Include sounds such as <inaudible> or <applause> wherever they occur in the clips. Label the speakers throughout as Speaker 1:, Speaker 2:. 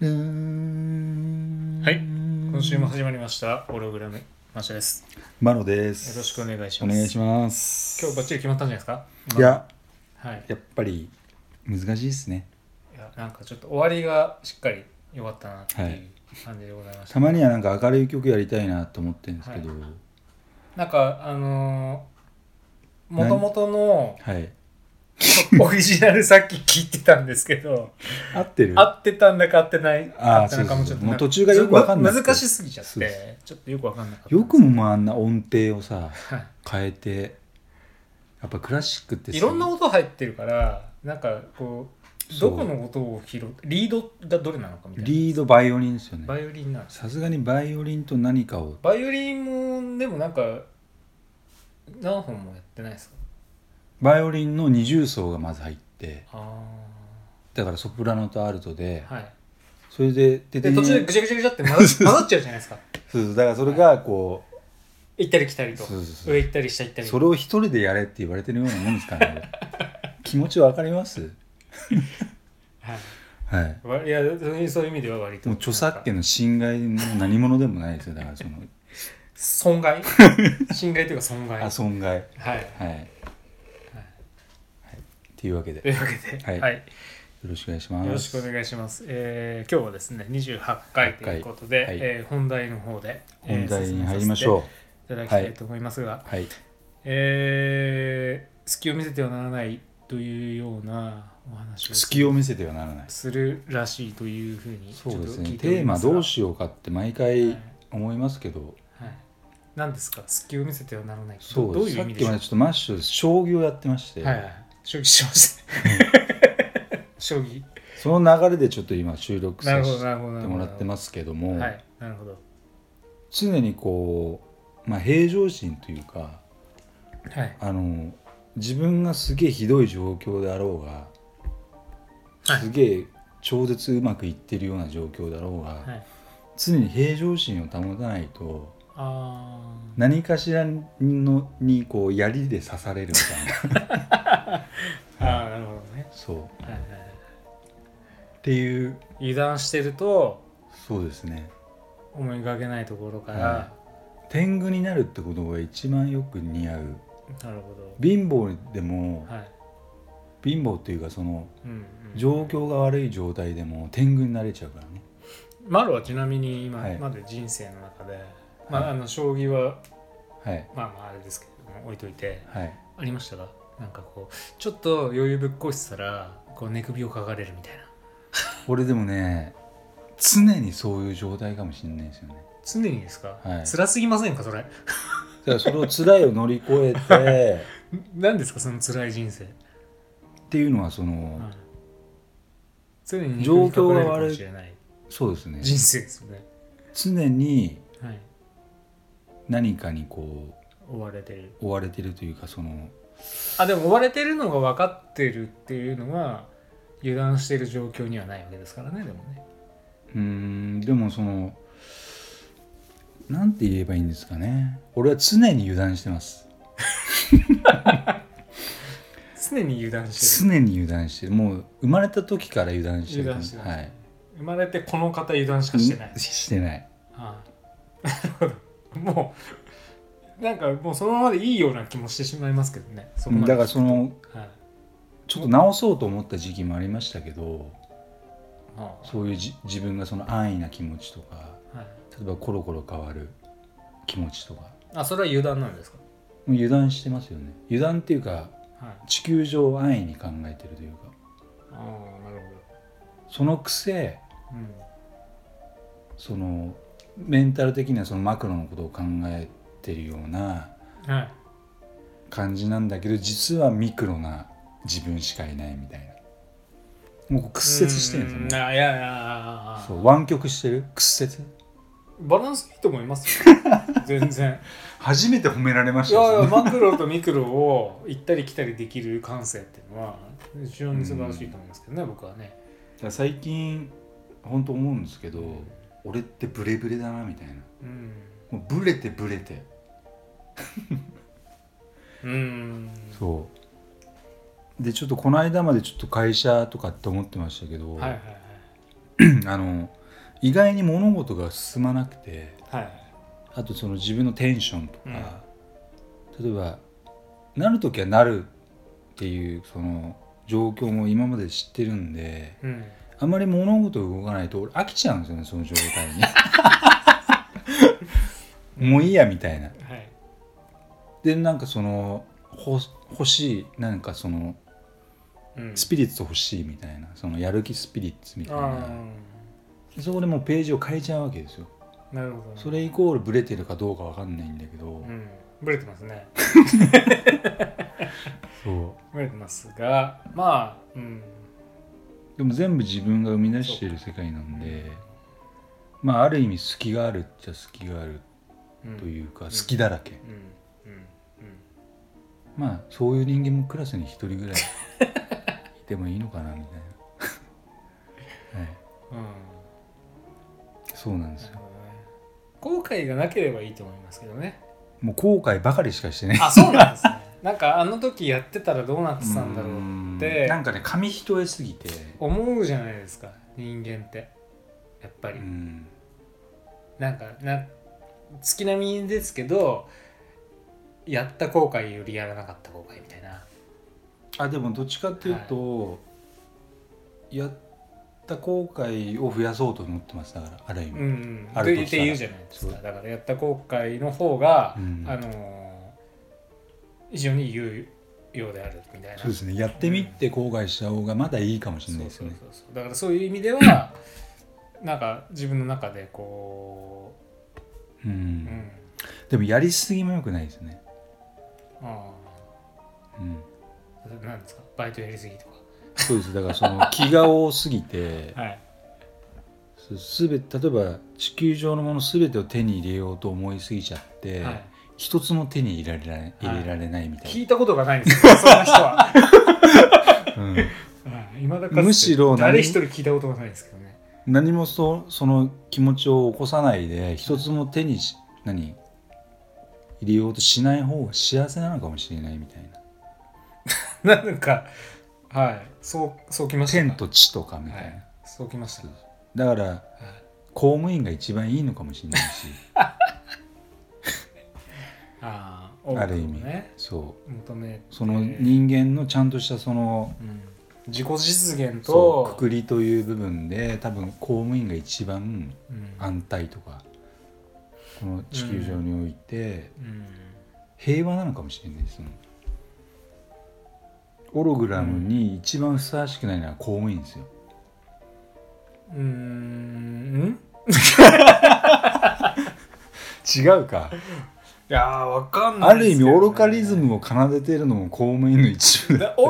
Speaker 1: んは
Speaker 2: はい今週も始まりましたホログラムマシャです
Speaker 1: マロです
Speaker 2: よろしくお願いし
Speaker 1: お
Speaker 2: ます
Speaker 1: 願いします
Speaker 2: 今日バッチリ決まったんじゃないですか
Speaker 1: いや
Speaker 2: はい
Speaker 1: やっぱり難しいですね
Speaker 2: いやなんかちょっと終わりがしっかり良かったなって
Speaker 1: はいいう
Speaker 2: 感じでございました、
Speaker 1: たまにはなんか明るい曲やりたいなと思ってるんですけど
Speaker 2: なんかあのー、元々の
Speaker 1: はい、
Speaker 2: オリジナルさっき聞いてたんですけど
Speaker 1: 合ってる
Speaker 2: 合ってたんだか合ってない
Speaker 1: あー
Speaker 2: 合ってなかもち
Speaker 1: そ
Speaker 2: ょ
Speaker 1: うそうそう
Speaker 2: っと
Speaker 1: もう途中がよくわかんなくて
Speaker 2: む難しすぎちゃっ
Speaker 1: そうそう
Speaker 2: てちょっとよくわかんなかった
Speaker 1: よくもあんな音程をさ
Speaker 2: はい
Speaker 1: 変えてやっぱクラシックってさ
Speaker 2: いろんな音入ってるからなんかこう
Speaker 1: そう
Speaker 2: どこの音を拾うリードがどれなのかみたいな
Speaker 1: リードバイオリンですよ
Speaker 2: バ
Speaker 1: ね
Speaker 2: イオリンなんです
Speaker 1: さすがにバイオリンと何かを
Speaker 2: バイオリンもでもなんか何本もやってないですか
Speaker 1: バイオリンの二重奏がまず入って
Speaker 2: あ
Speaker 1: だからソプラノとアルトで
Speaker 2: あはい
Speaker 1: それでで
Speaker 2: で途中でぐちゃぐちゃぐちゃって混ざ混ざっちゃうじゃないですか
Speaker 1: そうそうだからそれがこ
Speaker 2: 行ったり来たり
Speaker 1: う
Speaker 2: と
Speaker 1: そうそうそう
Speaker 2: 上行ったり下行ったり
Speaker 1: それを一人でやれって言われてるようなもんですからね気持ちわかります
Speaker 2: はい
Speaker 1: はい
Speaker 2: わいやそういうそういう意味では割と
Speaker 1: もう著作権
Speaker 2: なん
Speaker 1: の
Speaker 2: か
Speaker 1: 侵害の何者でもないですよだからそ
Speaker 2: <laughs>
Speaker 1: の
Speaker 2: 損
Speaker 1: <laughs>
Speaker 2: 害侵害というか損害
Speaker 1: あ損害
Speaker 2: はい
Speaker 1: はい、はい、っていうわけで
Speaker 2: というわけで
Speaker 1: は
Speaker 2: はいい、
Speaker 1: よろしくお願いします
Speaker 2: よろしくお願いします、えー今日はですね28回ということで、
Speaker 1: はい
Speaker 2: えー本題の方で、え
Speaker 1: 本
Speaker 2: ー
Speaker 1: 題に入りましょう、
Speaker 2: 進めさせていただきたいと思いますが、
Speaker 1: はい
Speaker 2: えー隙を見せてはならないというようなお話を
Speaker 1: 隙を見せてはならない
Speaker 2: するらしいというふうにちょっ
Speaker 1: そう
Speaker 2: と
Speaker 1: ですね
Speaker 2: 聞いてお
Speaker 1: テー
Speaker 2: り
Speaker 1: マ
Speaker 2: ます
Speaker 1: ど
Speaker 2: が
Speaker 1: うしようかって毎
Speaker 2: は
Speaker 1: 回
Speaker 2: い
Speaker 1: 思いますけど
Speaker 2: はい、何ですか隙を見せてはならない
Speaker 1: そう
Speaker 2: どどういう
Speaker 1: さ
Speaker 2: 意
Speaker 1: っ
Speaker 2: 味
Speaker 1: き
Speaker 2: でしょ
Speaker 1: まで
Speaker 2: う
Speaker 1: ちょっとマッシュ将棋をやってまして、
Speaker 2: はいはい承知しました <laughs> 将棋
Speaker 1: その流れでちょっと今収録
Speaker 2: な
Speaker 1: さ
Speaker 2: るほど
Speaker 1: せ
Speaker 2: なるほどな
Speaker 1: て
Speaker 2: るほ
Speaker 1: も
Speaker 2: ど
Speaker 1: らってますけども
Speaker 2: はいなるほど
Speaker 1: 常にこう、まあ、平常心というか
Speaker 2: はい
Speaker 1: あの自分がすげえひどい状況であろうが、
Speaker 2: はい
Speaker 1: すげえ超絶うまくいってるような状況だろうが、
Speaker 2: はい
Speaker 1: 常に平常心を保たないと
Speaker 2: あ
Speaker 1: 何かしらのにこう槍で刺されるみたい
Speaker 2: <laughs>
Speaker 1: な
Speaker 2: ーあーなるほどね、
Speaker 1: そうっ
Speaker 2: はいはいはい
Speaker 1: ていう
Speaker 2: 油断してると
Speaker 1: そうですね
Speaker 2: 思いがけないところから、
Speaker 1: は天狗になるってことが一番よく似合う
Speaker 2: なるほど
Speaker 1: 貧乏でも、
Speaker 2: はい、
Speaker 1: 貧乏っていうかその
Speaker 2: うんうん、
Speaker 1: 状況が悪い状態でも天狗になれちゃうからね
Speaker 2: マロはちなみに今
Speaker 1: はい
Speaker 2: まで人生の中で、まああの将棋は
Speaker 1: はい
Speaker 2: まあまああれですけども置いといて
Speaker 1: はい
Speaker 2: ありましたがなんかこうちょっと余裕ぶっこしてたらこう寝首をかがれるみたいな
Speaker 1: 俺でもね常にそういう状態かもしれないですよね
Speaker 2: 常にですか、
Speaker 1: はい
Speaker 2: 辛すぎませんかそ
Speaker 1: だ
Speaker 2: れ
Speaker 1: からそれを辛いを乗り越え
Speaker 2: 何ですかその辛い人生、
Speaker 1: て <laughs> っていうのはそ
Speaker 2: うん
Speaker 1: の
Speaker 2: 常に寝首かがれるかもしれない
Speaker 1: そうですね
Speaker 2: 人生ですよね
Speaker 1: 常に
Speaker 2: はい
Speaker 1: 何かにこ
Speaker 2: 追われてる
Speaker 1: う追われてるというかその
Speaker 2: あでも追われてるのが分かってるっていうのは油断してる状況にはないわけですからねでもね
Speaker 1: うーんでもそのなんて言えばいいんですかね俺は常に油断してます
Speaker 2: 常に油断してる
Speaker 1: 常に油断してるもう生まれた時から油断してる
Speaker 2: 油断してる
Speaker 1: はい
Speaker 2: 生まれてこの方油断しかしてない、
Speaker 1: うんしてない
Speaker 2: はいなるほど <laughs> もうなんかもうそのままでいいような気もしてしまいますけどねそこまで
Speaker 1: だからその
Speaker 2: はい
Speaker 1: ちょっと直そうと思った時期もありましたけど
Speaker 2: ああ
Speaker 1: そういうじ自分がその安易な気持ちとか
Speaker 2: はい
Speaker 1: 例えばコロコロ変わる気持ちとか
Speaker 2: あそれは油断なんですか
Speaker 1: もう油断してますよね油断っていうか
Speaker 2: はい
Speaker 1: 地球上を安易に考えてるというか
Speaker 2: ああなる
Speaker 1: そのくせ
Speaker 2: ほど、うん、
Speaker 1: そのメンタル的にはそのマクロのことを考えてるような
Speaker 2: はい
Speaker 1: 感じなんだけど実はミクロな自分しかいないみたいなもう屈折してるんですよ
Speaker 2: うん
Speaker 1: ね
Speaker 2: あいやいやいや
Speaker 1: そう湾曲してる屈折
Speaker 2: バランスいいと思
Speaker 1: <laughs>
Speaker 2: いますよ全然
Speaker 1: 初めて褒められま
Speaker 2: いやいやマクロとミクロを行ったり来たりできる感性っていうのは非常に素晴らしいと思いますけどね、僕はね
Speaker 1: 最近本当思うんですけど俺ってブレブレだなみたいな
Speaker 2: うん
Speaker 1: もうブレてブレて
Speaker 2: うん
Speaker 1: そうでちょっとこの間までちょっと会社とかって思ってましたけど、
Speaker 2: はいはい
Speaker 1: <clears throat> あの意外に物事が進まなくて
Speaker 2: はいはい
Speaker 1: あとその自分のテンションとか、例えばなる時はなるっていうその状況も今まで知ってるんで
Speaker 2: うん
Speaker 1: あまり物事動かないと俺飽きちゃうんですよねその状態
Speaker 2: <laughs>
Speaker 1: にもういいやみたいな
Speaker 2: はい
Speaker 1: でなんかそのほ欲しいなんかその
Speaker 2: うん
Speaker 1: スピリッツ欲しいみたいなそのやる気スピリッツみたい
Speaker 2: あ
Speaker 1: なそこでもうページを変えちゃうわけですよ
Speaker 2: あなるほど、ね、
Speaker 1: それイコールブレてるかどうかわかんないんだけど、
Speaker 2: うんブレてますね
Speaker 1: そ
Speaker 2: ブレてますがまあうん
Speaker 1: うでも全部自分が生み出している世界なんでまあある意味隙があるっちゃ隙がある
Speaker 2: うん
Speaker 1: というか
Speaker 2: ん
Speaker 1: 隙だらけ
Speaker 2: うんうんうん
Speaker 1: まあそういう人間もクラスに一人ぐらいいてもいいのかなみたいなはい
Speaker 2: うん
Speaker 1: そうなんですよ
Speaker 2: なるほどね後悔がなければいいと思いますけどね。
Speaker 1: もう後悔ばかりしかしてね
Speaker 2: あ、そうなんですね。 <laughs> なんかあの時やってたらどうなってたんだろ
Speaker 1: う
Speaker 2: う
Speaker 1: ーん
Speaker 2: って
Speaker 1: なんかね紙一重すぎて
Speaker 2: 思うじゃないですか、人間って。やっぱり
Speaker 1: う。ん
Speaker 2: なんかな月並みですけど、やった後悔よりやらなかった後悔みたいな。
Speaker 1: あでもどっちかっていうと、やった後悔を増やそうと思ってますだからある意味、
Speaker 2: うんうん。
Speaker 1: あ
Speaker 2: っ
Speaker 1: るとしたら
Speaker 2: てって言うじゃないですか。
Speaker 1: そ
Speaker 2: だからやった後悔の方が、
Speaker 1: うん
Speaker 2: あのー非常に有用であるみたいな。
Speaker 1: そうですねやってみて後悔した方がまだいいかもしれない
Speaker 2: そう
Speaker 1: です
Speaker 2: そう
Speaker 1: ね
Speaker 2: そうそうだからそういう意味
Speaker 1: <coughs>
Speaker 2: ではなんか自分の中でこ
Speaker 1: うん
Speaker 2: う、うん、
Speaker 1: でもやりすぎもよくないですね、
Speaker 2: あ
Speaker 1: うん、
Speaker 2: あなんですかバイトやりすぎと
Speaker 1: そうですだからその気が多すぎて
Speaker 2: かはい
Speaker 1: すすべ例えば地球上のもの全てを手に入れようと思いすぎちゃって、
Speaker 2: はい
Speaker 1: 一つも手に入れられない入れられないみた
Speaker 2: 聞
Speaker 1: い
Speaker 2: いたことがない
Speaker 1: <laughs>
Speaker 2: んですよそんな人は、
Speaker 1: な、うん
Speaker 2: はい、今だか
Speaker 1: むしろ何
Speaker 2: 誰一人聞いたことがないですけどね <laughs>
Speaker 1: 何もそその気持ちを起こさないで一つも手にし何入れようとしない方が幸せなのかもしれないみたいな
Speaker 2: なんかはいそうそうきましたか
Speaker 1: 天と地とかみたいな、
Speaker 2: はいそうきましたか
Speaker 1: だから公務員が一番いいのかもしれないし
Speaker 2: ああ、
Speaker 1: ある意味、
Speaker 2: 多くのね
Speaker 1: そう
Speaker 2: 求めて
Speaker 1: その人間のちゃんとしたその
Speaker 2: うん、自己実現
Speaker 1: そう
Speaker 2: と
Speaker 1: くくりという部分で多分公務員が一番
Speaker 2: うん
Speaker 1: 安泰とかこの地球上において
Speaker 2: うん
Speaker 1: 平和なのかもしれないですねオログラムに一番ふさわしくないのは公務員ですよ、
Speaker 2: うーん
Speaker 1: 違うか
Speaker 2: いやーわかんな
Speaker 1: あ
Speaker 2: いで
Speaker 1: る
Speaker 2: す
Speaker 1: 意味
Speaker 2: けどね
Speaker 1: オロカリズムを奏でてるのも公務員の一部だ
Speaker 2: だ愚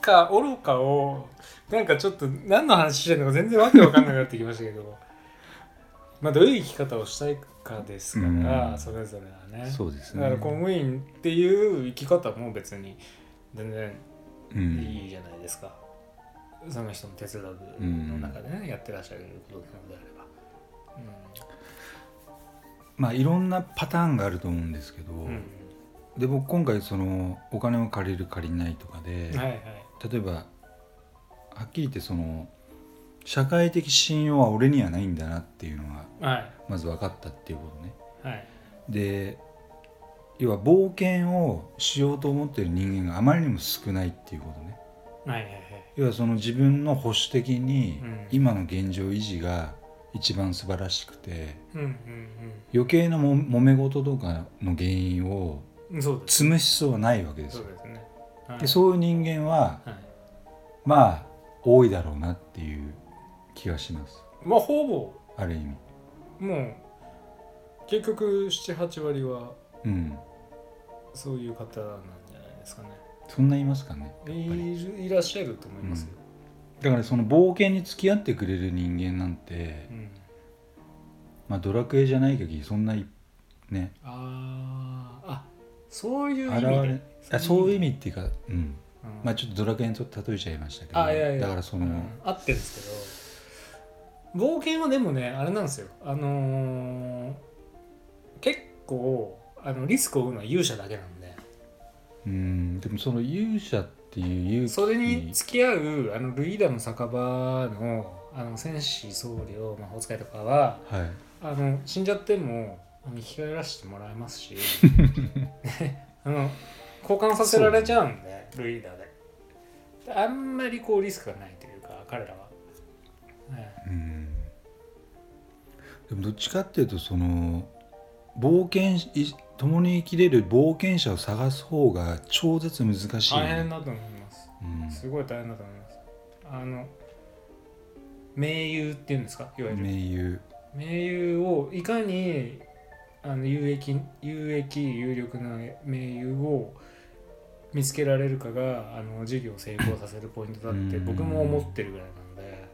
Speaker 2: か愚かをなんかちょっと何の話してるのか全然わけわかんなくなってきましたけど <laughs> まあどういう生き方をしたいかですから、
Speaker 1: うん
Speaker 2: それぞれはね
Speaker 1: <laughs> そうです
Speaker 2: だか
Speaker 1: ね
Speaker 2: ら公務員っていう生き方も別に全然
Speaker 1: うん
Speaker 2: いいじゃないですか、その人の哲学の中でね、やってらっしゃることなのであ
Speaker 1: まあいろんなパターンがあると思うんですけど、
Speaker 2: ればうん、
Speaker 1: で僕今回そのお金を借りる借りないとかで、
Speaker 2: うん、はいはい
Speaker 1: 例えばはっきり言ってその社会的信用は俺にはないんだなっていうのが
Speaker 2: はい
Speaker 1: まず分かったっていうことね
Speaker 2: はい
Speaker 1: で要は冒険をしようと思ってる人間があまりにも少ないっていうことね
Speaker 2: はいはいはい
Speaker 1: 要はその自分の保守的に
Speaker 2: うん
Speaker 1: 今の現状維持が一番素晴らしくて
Speaker 2: うんうん
Speaker 1: 余計なも揉め事とかの原因を
Speaker 2: うんそうです
Speaker 1: 積む必要はないわけです
Speaker 2: そ
Speaker 1: よ
Speaker 2: うですねはい
Speaker 1: でそういう人間は
Speaker 2: はい
Speaker 1: まあ多いだろうなっていう気がします
Speaker 2: まあほぼ
Speaker 1: ある意味
Speaker 2: もう結局78割は
Speaker 1: うん
Speaker 2: そういう方なんじゃないですかね
Speaker 1: そんないますかねやっぱり、
Speaker 2: いるいらっしゃると思いますよ、
Speaker 1: だからその冒険に付き合ってくれる人間なんて
Speaker 2: う、ん、
Speaker 1: まあ、ドラクエじゃない限りそんないね
Speaker 2: あーあそういう意
Speaker 1: 現
Speaker 2: 味
Speaker 1: れ
Speaker 2: で
Speaker 1: あそういう意味っていうか、うん
Speaker 2: うん
Speaker 1: まあ、ちょっとドラクエにちょっと例えちゃいましたけど
Speaker 2: あいやいや
Speaker 1: だからその、
Speaker 2: うん合ってるんですけど冒険はでもねあれなんですよあのー結構あのリスクを負うのは勇者だけなんで
Speaker 1: うんでもその勇者っていう勇気
Speaker 2: それに付き合うあのルイーダの酒場のあの戦士僧侶魔法使いとかは
Speaker 1: はい
Speaker 2: あの死んじゃってもあの生き返らせてもらえますし <laughs> ねあの交換させられちゃうんでルイーダでであんまりこうリスクがないというか彼らは、ね
Speaker 1: うんでもどっちかっていうとその冒険しい共に生きれる冒険者を探す方が超絶難しいよ
Speaker 2: 大変
Speaker 1: ね、
Speaker 2: だと思います
Speaker 1: うん
Speaker 2: すごい大変だと思います。あの盟友っていうんですかいわゆる
Speaker 1: 盟友
Speaker 2: 盟友をいかにあの有益有益有力な盟友を見つけられるかがあの事業を成功させるポイントだって
Speaker 1: うん
Speaker 2: 僕も思ってるぐらいなんで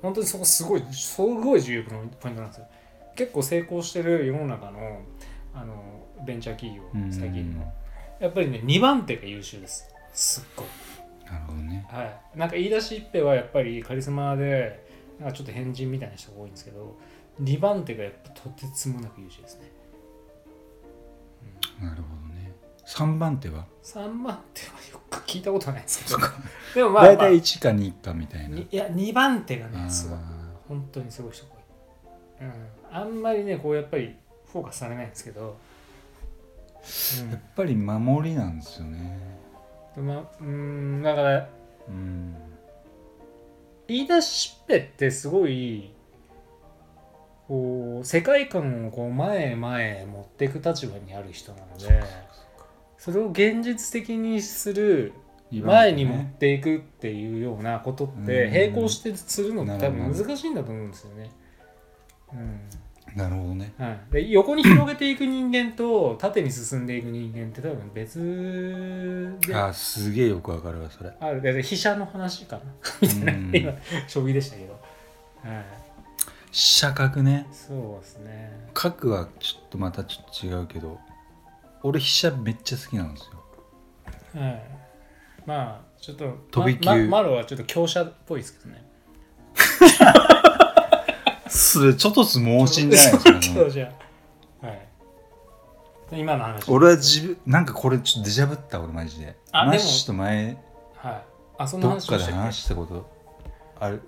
Speaker 2: 本当にそこすごいすごい重要なポイントなんですよ結構成功してる世の中のあのベンチャー企業
Speaker 1: うん
Speaker 2: 最近のやっぱりね2番手が優秀ですすっごい
Speaker 1: なるほどね
Speaker 2: はい、なんか言い出しっぺはやっぱりカリスマでなんかちょっと変人みたいな人が多いんですけど2番手がやっぱとてつもなく優秀ですね、
Speaker 1: なるほどね3番手は、
Speaker 2: うん、3番手はよく聞いたことないですけど
Speaker 1: <laughs>
Speaker 2: でもまあ、まあ
Speaker 1: 大体1か2かみたいな
Speaker 2: にいや2番手が
Speaker 1: あ
Speaker 2: ね
Speaker 1: ー
Speaker 2: すごい本当にすごい人が多い、うん、あんまりねこうやっぱりフォーカスされないんですけど、
Speaker 1: やっぱり守りなんですよね
Speaker 2: うんまあ、うんだから
Speaker 1: うん
Speaker 2: 言い出しっぺってすごいこう世界観をこう前へ前へ持っていく立場にある人なのでそれを現実的にする前に持っていくっていうようなことって
Speaker 1: うん
Speaker 2: 並行してするのって多
Speaker 1: なる
Speaker 2: 分
Speaker 1: ほど
Speaker 2: 難しいんだと思うんですよね。うん
Speaker 1: なるほどね
Speaker 2: はい、で横に広げていく人間と縦に進んでいく人間って多分別で
Speaker 1: あーすげえよくわかるわそれ
Speaker 2: あるで飛車の話かなみたいな
Speaker 1: うん
Speaker 2: <laughs> 今将棋でしたけど。はい
Speaker 1: 飛車角ね
Speaker 2: そうですね。
Speaker 1: 角はちょっとまたちょっと違うけど俺飛車めっちゃ好きなんですよ
Speaker 2: はい。まあ、ちょっと、
Speaker 1: 飛び級
Speaker 2: ままマロはちょっと強者っぽいですけどね。
Speaker 1: それちょっとつ盲信じゃないですか、ね、
Speaker 2: 強者。はい。で今の話。
Speaker 1: 俺は自分なんかこれちょっとデジャブった俺マジで
Speaker 2: あでも
Speaker 1: マッシュと前
Speaker 2: はい。あ、そんな
Speaker 1: どっ
Speaker 2: 話
Speaker 1: か
Speaker 2: を
Speaker 1: で
Speaker 2: したっ
Speaker 1: 話したことある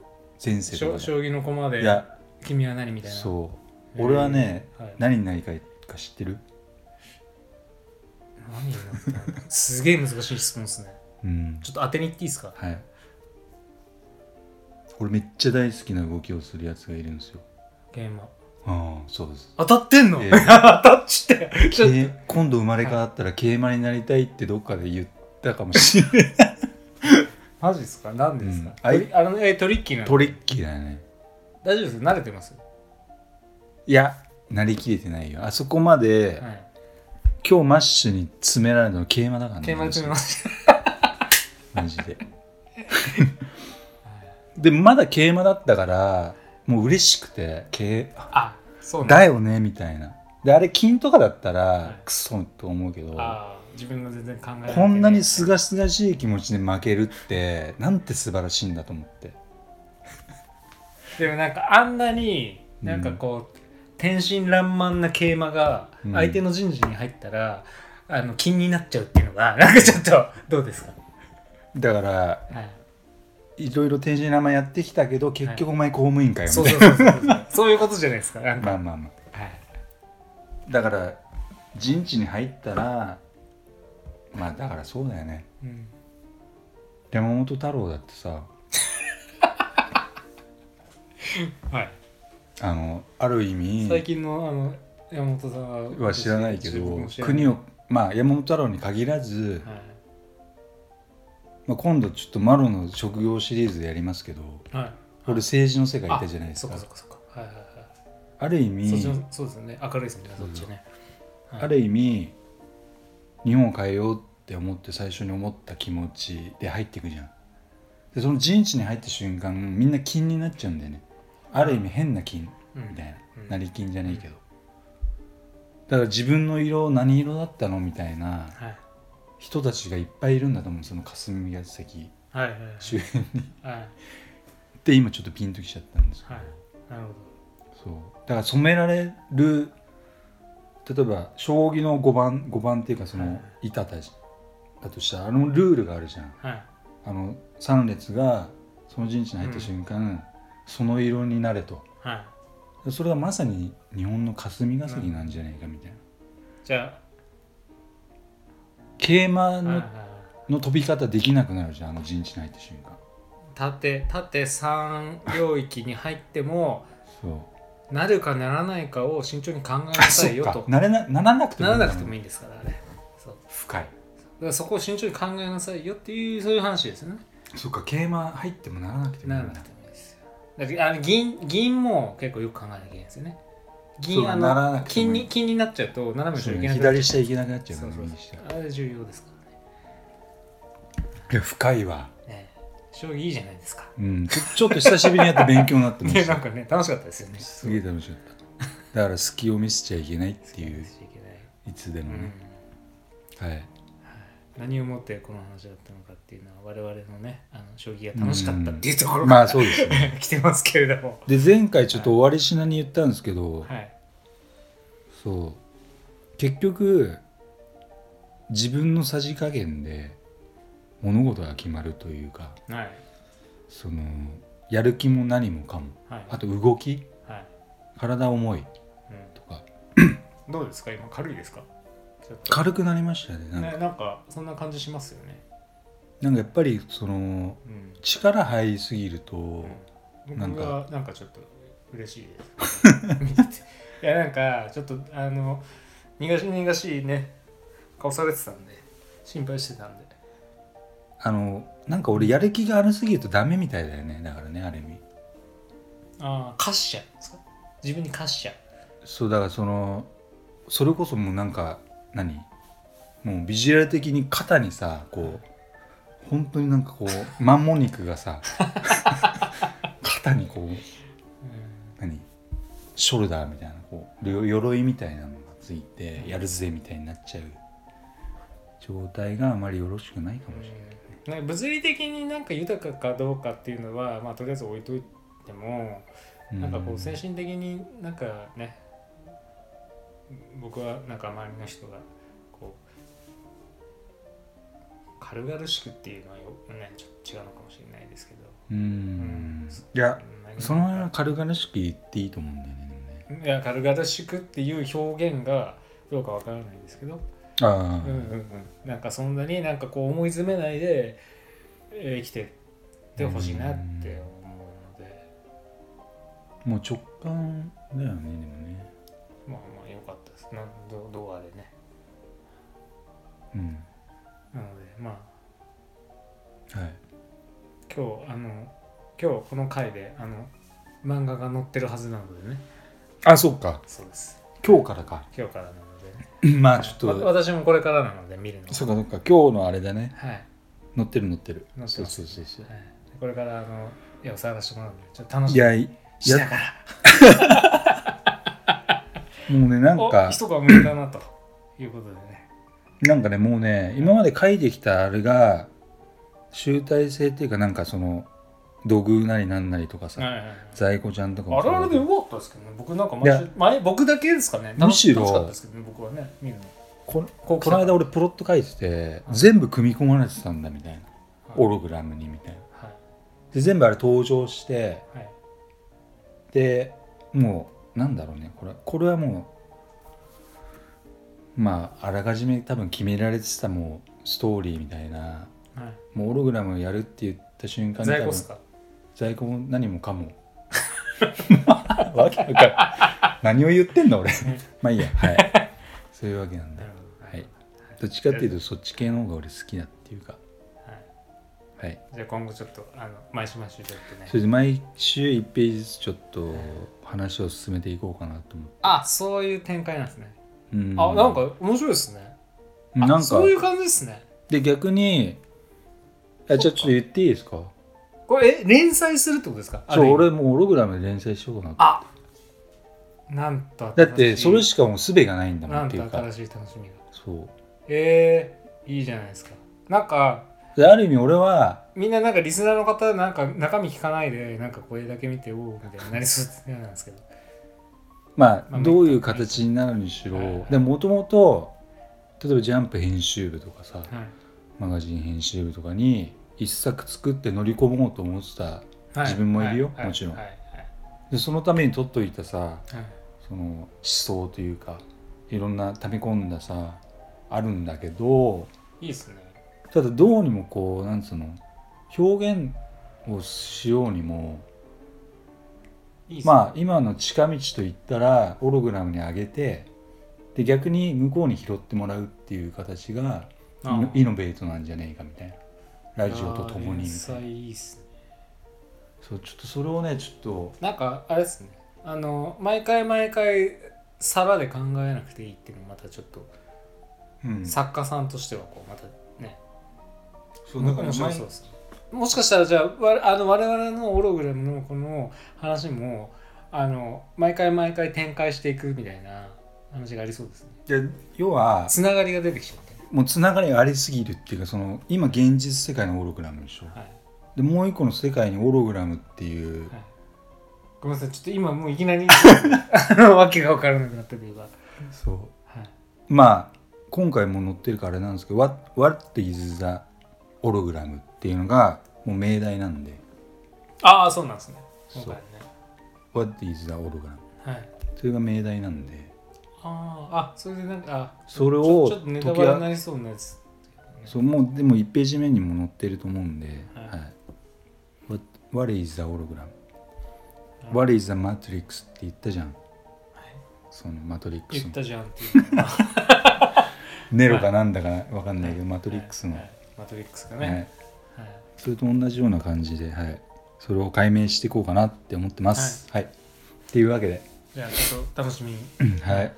Speaker 1: 前
Speaker 2: け
Speaker 1: 世
Speaker 2: 将
Speaker 1: とか
Speaker 2: 将棋の駒
Speaker 1: で
Speaker 2: で
Speaker 1: い、や
Speaker 2: 君は何みたいな。う。
Speaker 1: そう俺はね、
Speaker 2: はい、
Speaker 1: 何になりたいか知ってる
Speaker 2: 何になったのすげえ難しい質問ですね。
Speaker 1: うん
Speaker 2: ちょっと当てに行っていいですか
Speaker 1: はい俺めっちゃ大好きな動きをするやつがいるんですよ
Speaker 2: ゲームは。
Speaker 1: ああそうです
Speaker 2: 当たってんの、
Speaker 1: ええ
Speaker 2: 当たっちって。ちょっと。
Speaker 1: え今度生まれ変わったら桂馬になりたいってどっかで言ったかもしれない
Speaker 2: マジですか何でですか、
Speaker 1: うん
Speaker 2: あいあの、えトリッキーな
Speaker 1: <laughs>
Speaker 2: の
Speaker 1: トリッキーだよね
Speaker 2: 大丈夫です慣れてます
Speaker 1: いやなりきれてないよあそこまで、
Speaker 2: はい。
Speaker 1: 今日マッシュに詰められるのは桂馬だからね
Speaker 2: テーマ中の話。
Speaker 1: マジで <laughs> でまだ桂馬だったからもう嬉しくて桂 <laughs> あ
Speaker 2: あ、そうなんだ
Speaker 1: だよねみたいなであれ金とかだったら、
Speaker 2: い
Speaker 1: クソと思うけど
Speaker 2: あー自分が全然考えられてい
Speaker 1: こんなにすがすがしい気持ちで負けるってなんて素晴らしいんだと思って
Speaker 2: でもなんかあんなになんかこう、天真爛漫な桂馬が
Speaker 1: うん
Speaker 2: 相手の陣地に入ったら、あの金になっちゃうっていうのが <laughs> なんかちょっとどうですか、
Speaker 1: だから
Speaker 2: はい
Speaker 1: いろいろ天神名前やってきたけど結局お前公務員かよみた
Speaker 2: そ
Speaker 1: いうな、
Speaker 2: そうそう
Speaker 1: <laughs>
Speaker 2: そうそういうことじゃないですかなんか、
Speaker 1: まあまあま
Speaker 2: はい
Speaker 1: あだから陣地に入ったらまあだからそうだよね
Speaker 2: うん、
Speaker 1: 山本太郎だってさ
Speaker 2: はい
Speaker 1: あのある意
Speaker 2: 最
Speaker 1: 味
Speaker 2: 近のあの山本さんは
Speaker 1: は知らないけど
Speaker 2: 国
Speaker 1: 国
Speaker 2: を、
Speaker 1: をまあ山本太郎に限らず、
Speaker 2: はい
Speaker 1: まあ、今度ちょっとマロの職業シリーズでやりますけど
Speaker 2: はい、
Speaker 1: 俺政治の世界いたじゃないですか
Speaker 2: あそっかそっかそっかはいはいはい、
Speaker 1: ある意
Speaker 2: そっち
Speaker 1: 味
Speaker 2: のそうですよね明るいですもんねそっちね、はい
Speaker 1: ある意味日本を変えようって思って最初に思った気持ちで入っていくじゃんでその陣地に入った瞬間みんな金になっちゃうんだよねある意味変な金
Speaker 2: うん
Speaker 1: みたい
Speaker 2: うん
Speaker 1: な成金じゃねえけどだから自分の色何色だったのみたいな
Speaker 2: はい
Speaker 1: 人たちがいっぱいいるんだと思うその霞が関
Speaker 2: はいはいはい
Speaker 1: 周辺に
Speaker 2: はい
Speaker 1: で今ちょっとピンときちゃったんですよ
Speaker 2: はいなるほ
Speaker 1: そうだから染められる例えば将棋の5番5番っていうかそ
Speaker 2: はい
Speaker 1: の板たちだとしたらあのルールがあるじゃん
Speaker 2: どはい
Speaker 1: あの3列がその陣地に入った瞬間、その色になれと
Speaker 2: はい
Speaker 1: それはまさに日本の霞が関なんじゃないかみたいな、
Speaker 2: じゃ
Speaker 1: 桂馬
Speaker 2: あはい
Speaker 1: の
Speaker 2: はいはい
Speaker 1: の飛び方できなくなるじゃんあの陣地に入った瞬間
Speaker 2: 縦縦3領域に入っても
Speaker 1: そう
Speaker 2: なるかならないかを慎重に考えな
Speaker 1: あ
Speaker 2: さ
Speaker 1: そ
Speaker 2: い
Speaker 1: っ
Speaker 2: よ
Speaker 1: か
Speaker 2: と
Speaker 1: なれなならなくても
Speaker 2: ならなくても
Speaker 1: いい
Speaker 2: いいんですからあれそうだ
Speaker 1: 深い
Speaker 2: からそこを慎重に考えなさいよっていうそういう話ですよね
Speaker 1: そっか桂馬入ってもならなくてもい
Speaker 2: ない
Speaker 1: ん
Speaker 2: らなく
Speaker 1: だ
Speaker 2: てもいいですよだからあの銀銀も結構よく考えなきゃいけないですよね
Speaker 1: そう
Speaker 2: 銀
Speaker 1: だ
Speaker 2: あ
Speaker 1: ならな
Speaker 2: の
Speaker 1: くて
Speaker 2: 金
Speaker 1: もいい
Speaker 2: に金になっちゃうと斜め
Speaker 1: そう
Speaker 2: 下い
Speaker 1: ね
Speaker 2: けなくなっ
Speaker 1: 左
Speaker 2: ち
Speaker 1: 下行けなくなっちゃ
Speaker 2: ゃ
Speaker 1: う
Speaker 2: う
Speaker 1: か
Speaker 2: そう
Speaker 1: ら
Speaker 2: そ
Speaker 1: 右
Speaker 2: う
Speaker 1: 下
Speaker 2: そうあれ重要ですからね
Speaker 1: いや深いわ
Speaker 2: ええ将棋いいじゃないですか
Speaker 1: うんちょちょっと久しぶりにやって勉強になってま
Speaker 2: <laughs> で
Speaker 1: し
Speaker 2: なん
Speaker 1: た
Speaker 2: かね楽しかったですよね
Speaker 1: すげえ楽しかっただから隙を見せちゃいけないっていう
Speaker 2: しちゃいけない
Speaker 1: いつで
Speaker 2: う
Speaker 1: もね、
Speaker 2: ん
Speaker 1: はい
Speaker 2: 何をもってこの話だったのかっていうのは我々のねあの将棋が楽しかったっていうところ
Speaker 1: ま
Speaker 2: が <laughs>
Speaker 1: あそうですね
Speaker 2: 来てますけれども
Speaker 1: で前回ちょっと終わりしなに言ったんですけど、
Speaker 2: はい
Speaker 1: そう結局自分のさじ加減で物事が決まるというか
Speaker 2: はい
Speaker 1: そのやる気も何もかも
Speaker 2: はい
Speaker 1: あと動き
Speaker 2: はい、
Speaker 1: 体重いとか
Speaker 2: うん、どうですか今軽いですかちょっと
Speaker 1: 軽くなりましたねなんか,、
Speaker 2: ねなんかそんな感じしますよね
Speaker 1: なんかやっぱりその
Speaker 2: うん
Speaker 1: 力入りすぎると、
Speaker 2: うん
Speaker 1: なん
Speaker 2: 僕
Speaker 1: か
Speaker 2: はなんかちょっと嬉しい
Speaker 1: <laughs>
Speaker 2: です見てていやなんかちょっとあの苦し苦しいね顔されてたんで心配してたんで
Speaker 1: あのなんか俺やる気があるすぎるとダメみたいだよねだからねある意味
Speaker 2: ああ貸しちゃうんですか自分に貸しちゃう
Speaker 1: そうだからそのそれこそもうなんか何もうビジュアル的に肩にさこう本当になんかこうマンモ肉が
Speaker 2: <laughs>
Speaker 1: さ肩にこう
Speaker 2: うん
Speaker 1: 何ショルダーみたいなこうよ鎧みたいなのがついてやるぜみたいになっちゃう状態があまりよろしくないかもしれない、
Speaker 2: なんか物理的になんか豊かかどうかっていうのは、まあ、とりあえず置いといても、なんかこう精神的になんかね僕はなんか周りの人がこう軽々しくっていうのはよ、ね、ちょっと違うのかもしれないですけど
Speaker 1: うんうんいや
Speaker 2: 何
Speaker 1: その辺は軽々しく言っていいと思うんだよねでもね
Speaker 2: いや軽々しくっていう表現がどうかわからないですけど
Speaker 1: ああ、
Speaker 2: うんうんうん、なんかそんなになんかこう思い詰めないでえー生きてってほしいなって思うので、
Speaker 1: もう直感だよねでもね
Speaker 2: まあまあ良かったですなんどうどうあれね
Speaker 1: うん
Speaker 2: なのでまあ
Speaker 1: はい
Speaker 2: 今日あの今日この回であの漫画が載ってるはずなのでね
Speaker 1: あそうか
Speaker 2: そうです
Speaker 1: 今日からか
Speaker 2: 今日からなのでね
Speaker 1: まあちょっと、
Speaker 2: わ私もこれからなので見るの
Speaker 1: そうかそうか今日のあれだね
Speaker 2: はい
Speaker 1: 乗ってる乗ってる
Speaker 2: 載って
Speaker 1: そう
Speaker 2: ます
Speaker 1: そうそうそう
Speaker 2: はい、これからあのいや探してもらうのでちょっと楽し
Speaker 1: い
Speaker 2: みに
Speaker 1: やい
Speaker 2: しながら
Speaker 1: もうねなん
Speaker 2: お
Speaker 1: か
Speaker 2: 一皮むけたなということでね
Speaker 1: なんかねもうね今まで書いてきたあれが集大成っていうかなんかその土偶なりなんなりとかさ、
Speaker 2: はいはいはい
Speaker 1: 在庫ちゃんとかも
Speaker 2: あ
Speaker 1: そ
Speaker 2: れ
Speaker 1: うだ
Speaker 2: あ
Speaker 1: け
Speaker 2: れ
Speaker 1: ど
Speaker 2: でよかったですけどね、僕なんか
Speaker 1: い
Speaker 2: 毎
Speaker 1: や
Speaker 2: 週前僕だけですかね、
Speaker 1: むしろ
Speaker 2: 楽しかったですけどね、僕はね、見るの。
Speaker 1: こ
Speaker 2: こう
Speaker 1: この間俺プロット書いてて
Speaker 2: うん
Speaker 1: 全部組み込まれてたんだみたいなオ
Speaker 2: はい
Speaker 1: ログラムにみたいな
Speaker 2: は
Speaker 1: で全部あれ登場して
Speaker 2: いはい
Speaker 1: でもうなんだろうねこれこれはもうまああらかじめ多分決められてたもうストーリーみたいな
Speaker 2: はい
Speaker 1: もうオログラムをやるって言った瞬間に多
Speaker 2: 在庫っ
Speaker 1: 分
Speaker 2: すか
Speaker 1: 在庫も何もかも <laughs> わけわかんない何を言ってんの俺まあいいやはいそういうわけなんだ
Speaker 2: なる
Speaker 1: はいどっちかっていうとそっち系の方が俺好きだっていうか
Speaker 2: ほど。はい
Speaker 1: はい
Speaker 2: じゃあ今後ちょっと、あの毎週毎週ちょっと
Speaker 1: それ
Speaker 2: ね。
Speaker 1: で毎週1ページずつちょっと話を進めていこうかなと思って
Speaker 2: あそういう展開なんですね。
Speaker 1: うん
Speaker 2: あなんか面白いですね。
Speaker 1: なん
Speaker 2: あ
Speaker 1: か
Speaker 2: そういう感じですね。
Speaker 1: で逆にあじゃあちょっと言っていいですか
Speaker 2: これえ連載するってことですか
Speaker 1: そう
Speaker 2: ある
Speaker 1: 俺もうオログラムで連載しようかなと
Speaker 2: あなんと新しい
Speaker 1: だってそれしかもうすべがないんだもん
Speaker 2: な
Speaker 1: っ
Speaker 2: ん
Speaker 1: ていう
Speaker 2: と
Speaker 1: か
Speaker 2: 新しい楽しみが
Speaker 1: そう
Speaker 2: えー、いいじゃないですかなんか
Speaker 1: である意味俺は
Speaker 2: みんななんかリスナーの方なんか中身聞かないでなんかこれだけ見ておおみたいになりそうなんですけど
Speaker 1: まあ
Speaker 2: まあ
Speaker 1: どういう形になるにしろ
Speaker 2: はい
Speaker 1: でもともと例えば「ジャンプ」編集部とかさ
Speaker 2: はい
Speaker 1: マガジン編集部とかに一作作って乗り込もうと思ってた
Speaker 2: はい
Speaker 1: 自分もいるよ
Speaker 2: はは
Speaker 1: もちろん
Speaker 2: はいはい
Speaker 1: でそのために取っといたさ
Speaker 2: はい
Speaker 1: その思想というかいろんな溜め込んださあるんだけど
Speaker 2: いいですね
Speaker 1: ただどうにもこうなんつうの表現をしようにも
Speaker 2: いいっすね
Speaker 1: まあ今の近道といったらオログラムに上げてで逆に向こうに拾ってもらうっていう形がイ
Speaker 2: あ
Speaker 1: ノイノベートなんじゃねえかみたいなラジオとともに
Speaker 2: 連
Speaker 1: みたいな
Speaker 2: 載いいっすね
Speaker 1: そうちょっとそれをねちょっと
Speaker 2: なんかあれですねあの毎回毎回皿で考えなくていいっていうのもまたちょっと、
Speaker 1: うん
Speaker 2: 作家さんとしてはこうまたね
Speaker 1: そうだから
Speaker 2: 面白
Speaker 1: 前
Speaker 2: そうですねもしかしたらじゃあわあの我々のオログラムのこの話もあの毎回毎回展開していくみたいな話がありそうですね
Speaker 1: で要は
Speaker 2: つながりが出てきちゃって
Speaker 1: もうつながりがありすぎるっていうかその今現実世界のオログラムでしょ
Speaker 2: はい
Speaker 1: でもう一個の世界にオログラムっていう
Speaker 2: はいごめんなさいちょっと今もういきなり <laughs> あのわけが分からなくなったというか、
Speaker 1: そ
Speaker 2: はいう
Speaker 1: まあ今回も載ってるからあれなんですけど「What, What is the オログラム」っていうのがもう命題なんで
Speaker 2: ああそうなんですね
Speaker 1: そう
Speaker 2: 今回ね
Speaker 1: 「What is the オログラム
Speaker 2: はい」
Speaker 1: それが命題なんで
Speaker 2: あーあそれでなんかあ
Speaker 1: それ
Speaker 2: ちょ
Speaker 1: を
Speaker 2: ちょっとネタ
Speaker 1: 解
Speaker 2: バ
Speaker 1: き
Speaker 2: レに
Speaker 1: あ
Speaker 2: なりそうなやつ
Speaker 1: そうもうでも1ページ目にも載ってると思うんで「
Speaker 2: はい
Speaker 1: はい、What, What is the オログラム」
Speaker 2: は
Speaker 1: 「
Speaker 2: い
Speaker 1: What is the matrix」って言ったじゃん
Speaker 2: い
Speaker 1: そのマトリックス
Speaker 2: 言っ
Speaker 1: の
Speaker 2: たじゃんっていうのは
Speaker 1: ネロかなんだかわかんないけど、マトリックスの、
Speaker 2: はいはいマトリックスが
Speaker 1: は
Speaker 2: ね、
Speaker 1: い、
Speaker 2: はい
Speaker 1: それと同じような感じで、はい、それを解明していこうかなって思ってます。はい、っていうわけで、
Speaker 2: じゃあちょっと楽しみに、
Speaker 1: はい、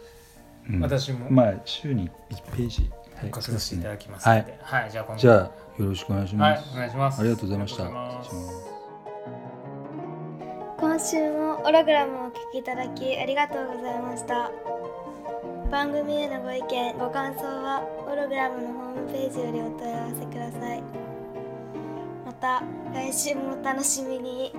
Speaker 1: うん
Speaker 2: 私も
Speaker 1: まあ週に1ページ、はい
Speaker 2: 復活させていただきます
Speaker 1: は
Speaker 2: ので、
Speaker 1: い、
Speaker 2: はい、じゃあ今度
Speaker 1: じゃあよろしくお願いしま
Speaker 2: は
Speaker 1: す。
Speaker 2: い、お願いします
Speaker 1: ありがとうございました
Speaker 2: ありがとうございます
Speaker 3: 今週もオログラムをお聞きいただきありがとうございました番組へのご意見ご感想はオログラムのホームページよりお問い合わせくださいまた来週もお楽しみに